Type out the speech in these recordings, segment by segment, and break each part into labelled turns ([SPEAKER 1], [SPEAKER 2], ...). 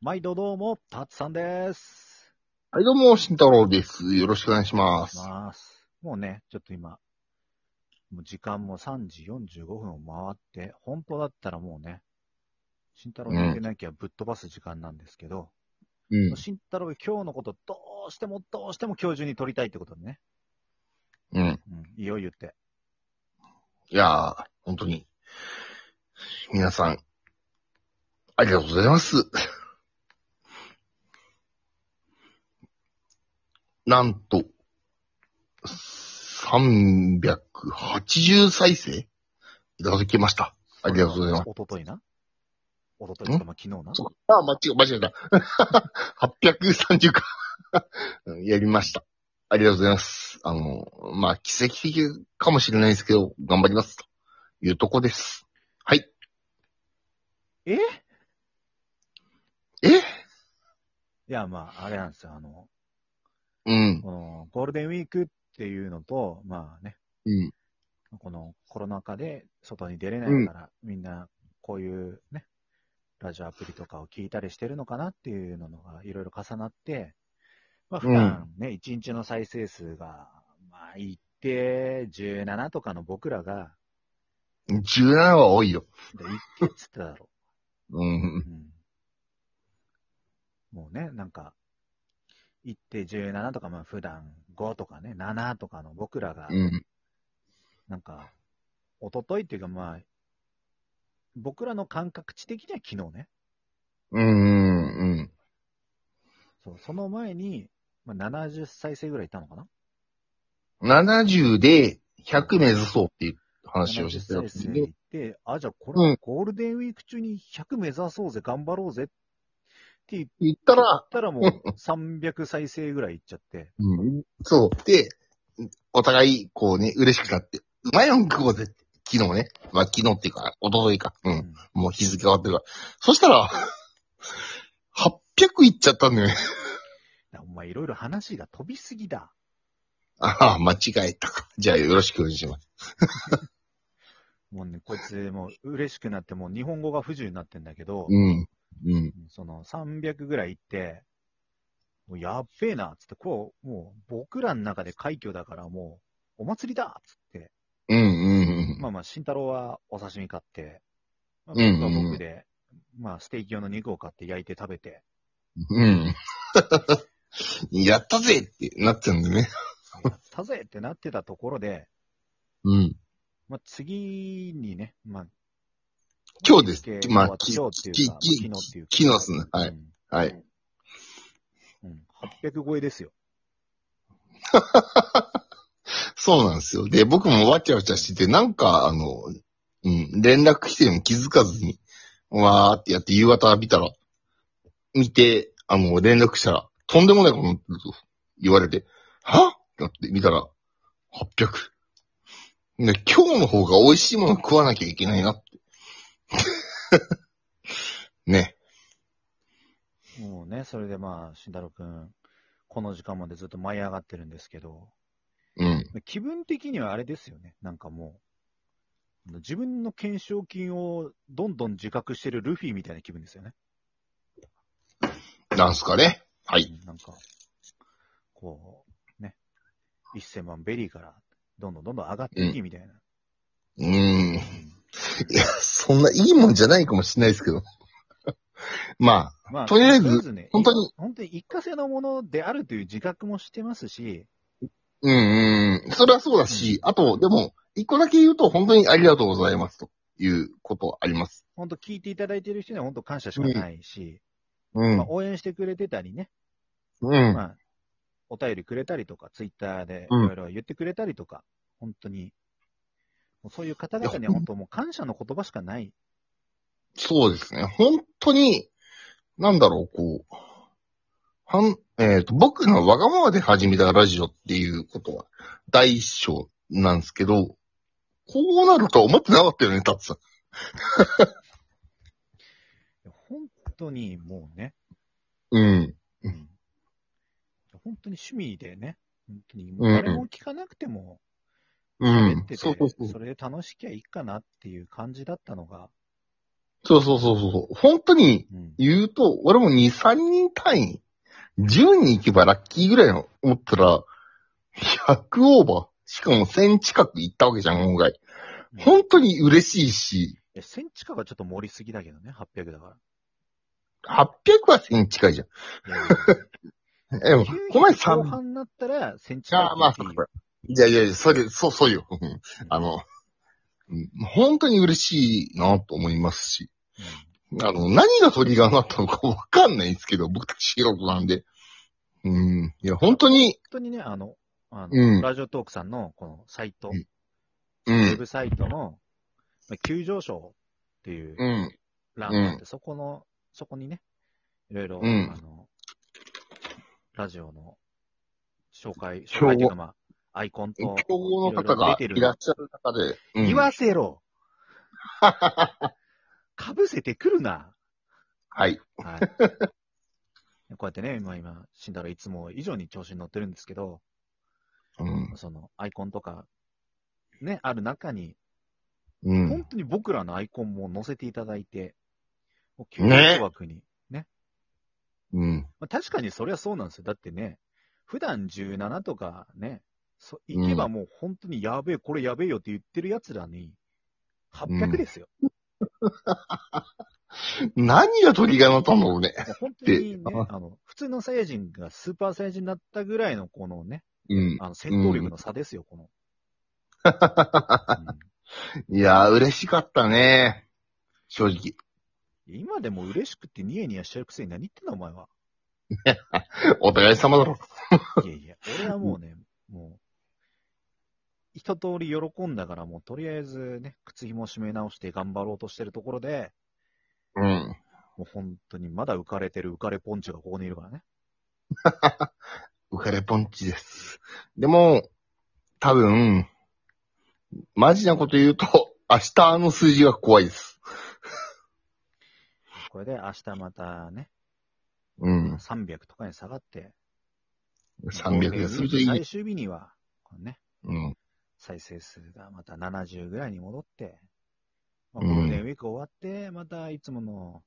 [SPEAKER 1] 毎度どうも、たつさんです。
[SPEAKER 2] はい、どうも、慎太郎です。よろしくお願いします。
[SPEAKER 1] ます。もうね、ちょっと今、もう時間も3時45分を回って、本当だったらもうね、慎太郎に行けなきゃぶっ飛ばす時間なんですけど、
[SPEAKER 2] うん。
[SPEAKER 1] 慎太郎が今日のことどうしてもどうしても今日中に撮りたいってことでね、
[SPEAKER 2] うん。
[SPEAKER 1] うん、いよいよ言って。
[SPEAKER 2] いやー、本当に。皆さん、ありがとうございます。 なんと、380再生いただきました。ありがとうございます。
[SPEAKER 1] おとといな。おとといというか、まあ昨日な。
[SPEAKER 2] そうあ、間違え、間違えた。830か。 うんやりました。ありがとうございます。あの、まあ、奇跡的かもしれないですけど、頑張ります。というとこです。はい。
[SPEAKER 1] え
[SPEAKER 2] え
[SPEAKER 1] いや、まあ、あれなんですよ。あの、
[SPEAKER 2] うん。
[SPEAKER 1] このゴールデンウィークっていうのと、まあね、
[SPEAKER 2] うん。
[SPEAKER 1] このコロナ禍で外に出れないから、みんなこういうね、ラジオアプリとかを聞いたりしてるのかなっていうのがいろいろ重なって、まあ普段ね、1日の再生数が、まあ一定17とかの僕らが、
[SPEAKER 2] 17は多いよ。
[SPEAKER 1] で一定っつってただろ
[SPEAKER 2] う
[SPEAKER 1] う。
[SPEAKER 2] ん。
[SPEAKER 1] うんもうね、なんか、一定17とか、まあ普段5とかね、7とかの僕らが、
[SPEAKER 2] うん。
[SPEAKER 1] なんか、一昨日っていうか、まあ、僕らの感覚値的には昨日ね、
[SPEAKER 2] うん。うん。
[SPEAKER 1] そうその前に、まあ、70再生ぐらいいたのかな
[SPEAKER 2] 70で100目指そうっていう話をしてた
[SPEAKER 1] 70
[SPEAKER 2] んで
[SPEAKER 1] 再
[SPEAKER 2] す
[SPEAKER 1] 生
[SPEAKER 2] けど
[SPEAKER 1] いって、あ、じゃあこれ
[SPEAKER 2] う
[SPEAKER 1] は
[SPEAKER 2] ん
[SPEAKER 1] ゴールデンウィーク中に100目指そうぜ、頑張ろうぜって言っ
[SPEAKER 2] 言ったら、
[SPEAKER 1] たらもう300再生ぐらいいっちゃって、
[SPEAKER 2] うん。そう。で、お互い、こうね、嬉しくなって、うまいもん食おうぜって。昨日ね。まあ、昨日っていうか、おとといか。う。
[SPEAKER 1] うんん
[SPEAKER 2] もう日付変わってるから。そしたら、800いっちゃったんだよね。
[SPEAKER 1] だお前いろいろ話が飛びすぎだ。
[SPEAKER 2] ああ、間違えたか。じゃあ、よろしくお願いします。
[SPEAKER 1] もうね、こいつもう嬉しくなって、もう日本語が不自由になってんだけど、
[SPEAKER 2] うん。うん。
[SPEAKER 1] その300ぐらい行って、もうやっべえな、つって、こう、もう僕らの中で快挙だからもう、お祭りだつって、
[SPEAKER 2] うん、うん、うん。
[SPEAKER 1] まあまあ、慎太郎はお刺身買って、まあ、
[SPEAKER 2] うん
[SPEAKER 1] 僕は僕で、まあ、ステーキ用の肉を買って焼いて食べて、
[SPEAKER 2] うん。 やったぜってなっちゃうんだよね。
[SPEAKER 1] やったぜってなってたところで、
[SPEAKER 2] うん。
[SPEAKER 1] まあ、次にね、まあ、
[SPEAKER 2] 今日です
[SPEAKER 1] 日
[SPEAKER 2] まあ
[SPEAKER 1] 今日は今日っていうか、
[SPEAKER 2] きき
[SPEAKER 1] まあ昨日っていうか。
[SPEAKER 2] 昨日っすねはい
[SPEAKER 1] うん。
[SPEAKER 2] はい。
[SPEAKER 1] うん。800超えですよ。
[SPEAKER 2] そうなんですよ。で、僕もわちゃわちゃしてて、なんか、あの、うん、連絡来てるの気づかずに、わーってやって夕方見たら、見て、あの、連絡したら、とんでもないことになってると言われて、はだって見たら、800。で、今日の方が美味しいもの食わなきゃいけないなって。 ね。
[SPEAKER 1] もうね、それでまあ、慎太郎くん、この時間までずっと舞い上がってるんですけど、
[SPEAKER 2] うん。
[SPEAKER 1] 気分的にはあれですよね、なんかもう、自分の懸賞金をどんどん自覚してるルフィみたいな気分ですよね。
[SPEAKER 2] なんすかね。はい。
[SPEAKER 1] うんなんか、こう、ね、1000万ベリーからどんどんどんどん上がっていきみたいな。
[SPEAKER 2] うーん。いや、そんないいもんじゃないかもしれないですけど。 まあ、
[SPEAKER 1] まあ
[SPEAKER 2] とりあえず
[SPEAKER 1] ね
[SPEAKER 2] 本当に。
[SPEAKER 1] 本当に一過性のものであるという自覚もしてますし、
[SPEAKER 2] うんうんうん。それはそうだし、あと、でも、一個だけ言うと、本当にありがとうございますということはあります。
[SPEAKER 1] 本当聞いていただいている人には本当感謝しかないし、
[SPEAKER 2] うん。
[SPEAKER 1] まあ、応援してくれてたりね、
[SPEAKER 2] うん。
[SPEAKER 1] まあ、お便りくれたりとか、ツイッターでい
[SPEAKER 2] うん
[SPEAKER 1] ろいろ言ってくれたりとか、本当に、もうそういう方々には本当もう感謝の言葉しかない。
[SPEAKER 2] そうですね。本当に、なんだろう、こう、はん、えっ、と、僕のわがままで始めたラジオっていうことは、第一章なんですけど、こうなるとは思ってなかったよね、タツさん。
[SPEAKER 1] 本当にもうね、
[SPEAKER 2] うん。
[SPEAKER 1] うん本当に趣味でね、本当にもう誰も聞かなくても
[SPEAKER 2] う
[SPEAKER 1] 喋っ
[SPEAKER 2] ん
[SPEAKER 1] て。て、
[SPEAKER 2] そうそうそう
[SPEAKER 1] そ。れで楽しきゃいいかなっていう感じだったのが、
[SPEAKER 2] そうそうそうそう。本当に
[SPEAKER 1] うん。
[SPEAKER 2] 言うと、俺も2、3人単位、10人行けばラッキーぐらいの思ったら、100オーバー。しかも1000近く行ったわけじゃん、今回。本当に嬉しいし、
[SPEAKER 1] え、1000近がちょっと盛りすぎだけどね、800だか
[SPEAKER 2] 800は1000近いじゃん。
[SPEAKER 1] ら。
[SPEAKER 2] え、でも
[SPEAKER 1] 900
[SPEAKER 2] この前
[SPEAKER 1] 後
[SPEAKER 2] 3、
[SPEAKER 1] 半になったら、1000近
[SPEAKER 2] ああ、まあ、
[SPEAKER 1] い
[SPEAKER 2] そ
[SPEAKER 1] い
[SPEAKER 2] っ
[SPEAKER 1] よ
[SPEAKER 2] か。いやいやいや、それ、そう、そうよ。うんあの、うん本当に嬉しいなと思いますし。
[SPEAKER 1] うん
[SPEAKER 2] あの、何がトリガーになったのかわかんないんですけど、僕たち素人なんで。うん。いや、本当に、
[SPEAKER 1] 本当にね、あの、あの、
[SPEAKER 2] うん
[SPEAKER 1] ラジオトークさんの、このサイト、
[SPEAKER 2] うんう
[SPEAKER 1] ウェ
[SPEAKER 2] ん。
[SPEAKER 1] ブサイトの、まあ急上昇っていう
[SPEAKER 2] うん。
[SPEAKER 1] 欄があって、そこの、そこにね、いろいろ、
[SPEAKER 2] うん
[SPEAKER 1] あの、ラジオの紹介、紹介というか、まあ、アイコンと、
[SPEAKER 2] 競合の方がいらっしゃる中で。うん
[SPEAKER 1] 言わせ ろかぶせてくるな
[SPEAKER 2] はい。
[SPEAKER 1] はい。こうやってね、今、今、死んだらいつも以上に調子に乗ってるんですけど、
[SPEAKER 2] うん。
[SPEAKER 1] その、アイコンとか、ね、ある中に、
[SPEAKER 2] う
[SPEAKER 1] 本
[SPEAKER 2] ん。
[SPEAKER 1] 当に僕らのアイコンも載せていただいて、もう急
[SPEAKER 2] ね
[SPEAKER 1] 枠に。
[SPEAKER 2] うん。
[SPEAKER 1] まあ、確かにそれはそうなんですよ。だってね、普段17とかね、そ
[SPEAKER 2] うん
[SPEAKER 1] 行けばもう本当にやべえ、これやべえよって言ってる奴らに、
[SPEAKER 2] うん
[SPEAKER 1] 800ですよ。
[SPEAKER 2] 何がトリガーになったんだろうね。
[SPEAKER 1] いや本当 にね
[SPEAKER 2] で、
[SPEAKER 1] あの、普通のサイヤ人がスーパーサイヤ人になったぐらいのこのね、
[SPEAKER 2] うん。
[SPEAKER 1] あの戦闘力の差ですよ、この。うん
[SPEAKER 2] いやー、嬉しかったね。正直。
[SPEAKER 1] 今でも嬉しくてニヤニヤしちゃうくせに何言ってんだお前は。
[SPEAKER 2] お互い様だろ。
[SPEAKER 1] いやいや、俺はもうね、もう、一通り喜んだから、もうとりあえずね、靴紐を締め直して頑張ろうとしてるところで、
[SPEAKER 2] うん。
[SPEAKER 1] もう本当にまだ浮かれてる浮かれポンチがここにいるからね。
[SPEAKER 2] 浮かれポンチです。でも、多分、マジなこと言うと、明日の数字が怖いです。
[SPEAKER 1] これで明日またね、
[SPEAKER 2] うん。
[SPEAKER 1] 300とかに下がって、
[SPEAKER 2] 300で
[SPEAKER 1] です
[SPEAKER 2] するといい。
[SPEAKER 1] 最終日には、このね、
[SPEAKER 2] うん。
[SPEAKER 1] 再生数がまた70ぐらいに戻って、まあ、
[SPEAKER 2] うん
[SPEAKER 1] ゴールデンウィーク終わって、またいつもの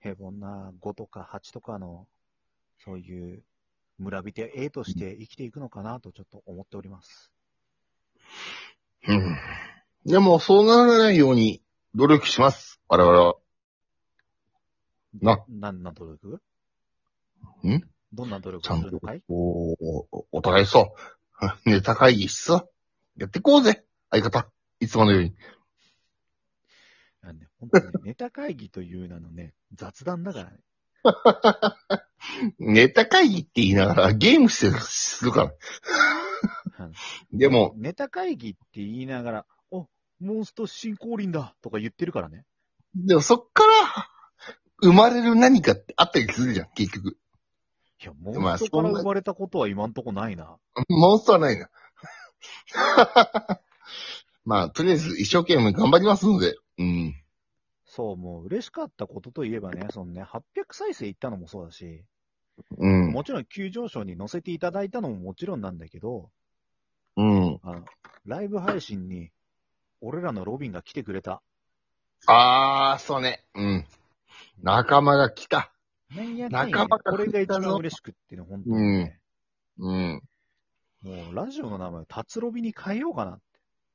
[SPEAKER 1] 平凡な5とか8とかの、そういう村人 A として生きていくのかなとちょっと思っております。
[SPEAKER 2] うん。でも、そうならないように努力します。我々は。な
[SPEAKER 1] なんな努力
[SPEAKER 2] ん
[SPEAKER 1] どんな努
[SPEAKER 2] ち
[SPEAKER 1] 力
[SPEAKER 2] ゃ
[SPEAKER 1] を
[SPEAKER 2] ん
[SPEAKER 1] するの
[SPEAKER 2] と
[SPEAKER 1] かい、
[SPEAKER 2] おお、お互いさ、 ネタ会議しさ、やってこうぜ、相方。いつものように。
[SPEAKER 1] あのね本当にねネタ会議という名のね、雑談だからね。
[SPEAKER 2] ネタ会議って言いながらゲームしてる、するから。
[SPEAKER 1] あの
[SPEAKER 2] でも、
[SPEAKER 1] ネタ会議って言いながら、おモンスト新降臨だとか言ってるからね。
[SPEAKER 2] でもそっから、生まれる何かってあったりするじゃん、結局。
[SPEAKER 1] いや、モンストから生まれたことは今んとこないな。
[SPEAKER 2] モンスターない な。まあ、とりあえず一生懸命頑張りますので、うん。
[SPEAKER 1] そう、もう嬉しかったことといえばね、そのね、800再生いったのもそうだし、
[SPEAKER 2] うん。
[SPEAKER 1] もちろん急上昇に乗せていただいたのももちろんなんだけど、
[SPEAKER 2] うん。
[SPEAKER 1] あの、ライブ配信に、俺らのロビンが来てくれた。
[SPEAKER 2] あー、そうね。うん。仲間が来た。
[SPEAKER 1] なんやかんや
[SPEAKER 2] 仲間が
[SPEAKER 1] これが一番嬉しくってね、本当にね、
[SPEAKER 2] うん。
[SPEAKER 1] もうラジオの名前を達ロビに変えようかな。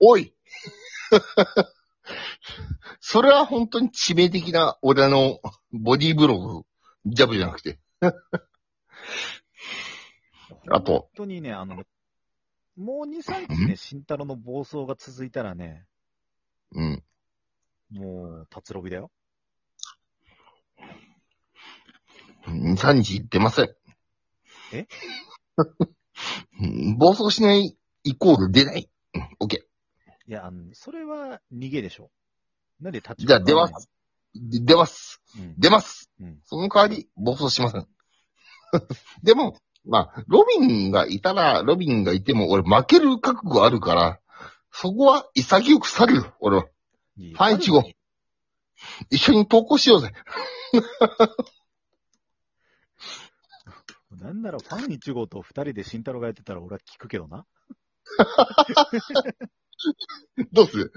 [SPEAKER 2] おい それは本当に致命的な俺のボディーブロー、ジャブじゃなくて。あと
[SPEAKER 1] 本当にね、あの、もう2、3日ね、慎太郎の暴走が続いたらね、
[SPEAKER 2] うん。
[SPEAKER 1] もう、達ロビだよ。
[SPEAKER 2] 2、3日行ってません。
[SPEAKER 1] え
[SPEAKER 2] うん 暴走しないイコール出ない。うんオッケ
[SPEAKER 1] いや、あの、それは逃げでしょ。なんで立ち
[SPEAKER 2] じゃあ出ます。ー。で出ます。
[SPEAKER 1] うん。
[SPEAKER 2] 出ます。
[SPEAKER 1] うん。
[SPEAKER 2] その代わり、暴走しません。 でも、まあ、ロビンがいたら、ロビンがいても、俺負ける覚悟あるから、そこは潔く去るよ、俺は。
[SPEAKER 1] いい
[SPEAKER 2] はいいちご一緒に投稿しようぜ。
[SPEAKER 1] なんならファン1号と2人で慎太郎がやってたら俺は聞くけどな。
[SPEAKER 2] どうする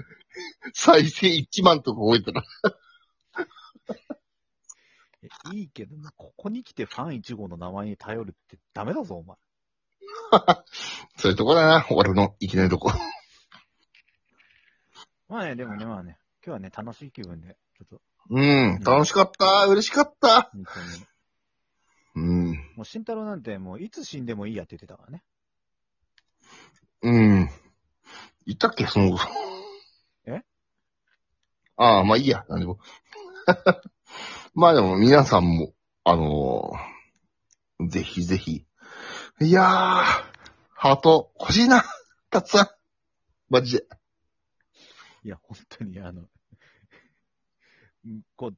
[SPEAKER 2] 再生1万とか覚えたら。
[SPEAKER 1] えいいけどな、ここに来てファン1号の名前に頼るってダメだぞ、お前。
[SPEAKER 2] そういうとこだな、俺のいきなりとこ。
[SPEAKER 1] まあね、でもね、まあね、今日はね、楽しい気分で、ちょっと、
[SPEAKER 2] うん、楽しかった、嬉しかった。
[SPEAKER 1] 本当に。
[SPEAKER 2] うん、
[SPEAKER 1] もう、慎太郎なんて、もう、いつ死んでもいいやって言ってたからね。
[SPEAKER 2] うん。いたっけ、その、
[SPEAKER 1] え
[SPEAKER 2] ああ、まあいいや、なんでも。 まあでも、皆さんも、あのーぜひぜひ。いやー、ハート欲しいな、たつさん。マジで。
[SPEAKER 1] いや、本当に、あの、んこう、ん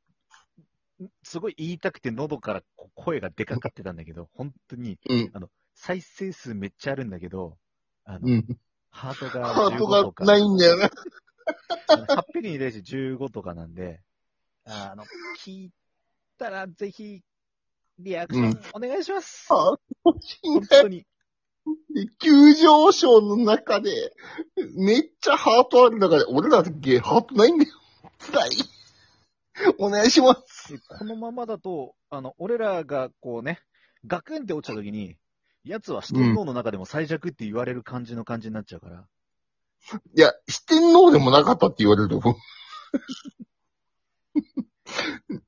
[SPEAKER 1] すごい言いたくて喉からこう声が出かかってたんだけど、本当に、
[SPEAKER 2] うん、
[SPEAKER 1] 再生数めっちゃあるんだけど、あの、
[SPEAKER 2] うん。
[SPEAKER 1] ハートが
[SPEAKER 2] ハー
[SPEAKER 1] 15
[SPEAKER 2] ト
[SPEAKER 1] とか、
[SPEAKER 2] がないんだよな。
[SPEAKER 1] あの800人に対して15とかなんで、あの、聞いたらぜひ、リアクションお願いします。
[SPEAKER 2] ハート欲しいん
[SPEAKER 1] 本
[SPEAKER 2] だよ
[SPEAKER 1] 当に。
[SPEAKER 2] で急上昇の中で、めっちゃハートある中で、俺らだけハートないんだよ。辛い。お願いします。
[SPEAKER 1] でこのままだと、あの、俺らがこうね、ガクンって落ちた時に、奴は四天王の中でも最弱って言われる感じの感じになっちゃうから、
[SPEAKER 2] いや、四天王でもなかったって言われると思う。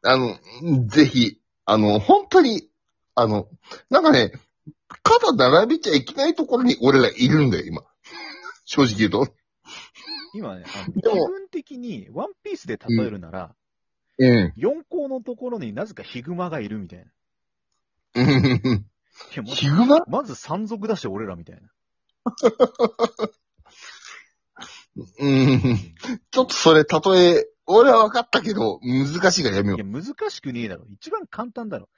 [SPEAKER 2] あの、ぜひ、あの、本当に、あの、なんかね、肩並べちゃいけないところに俺らいるんだよ、今。正直言うと。
[SPEAKER 1] 今ね、あの気
[SPEAKER 2] でも
[SPEAKER 1] 分的にワンピースで例えるなら、
[SPEAKER 2] うん。
[SPEAKER 1] 四皇のところになぜかヒグマがいるみたいな。い
[SPEAKER 2] うん。
[SPEAKER 1] やまず
[SPEAKER 2] ヒグマ
[SPEAKER 1] まず山賊だし、俺らみたいな。
[SPEAKER 2] うん。 ちょっとそれ、例え、俺は分かったけど、難しいからやめよ
[SPEAKER 1] い
[SPEAKER 2] う
[SPEAKER 1] や、難しくねえだろ。一番簡単だろ。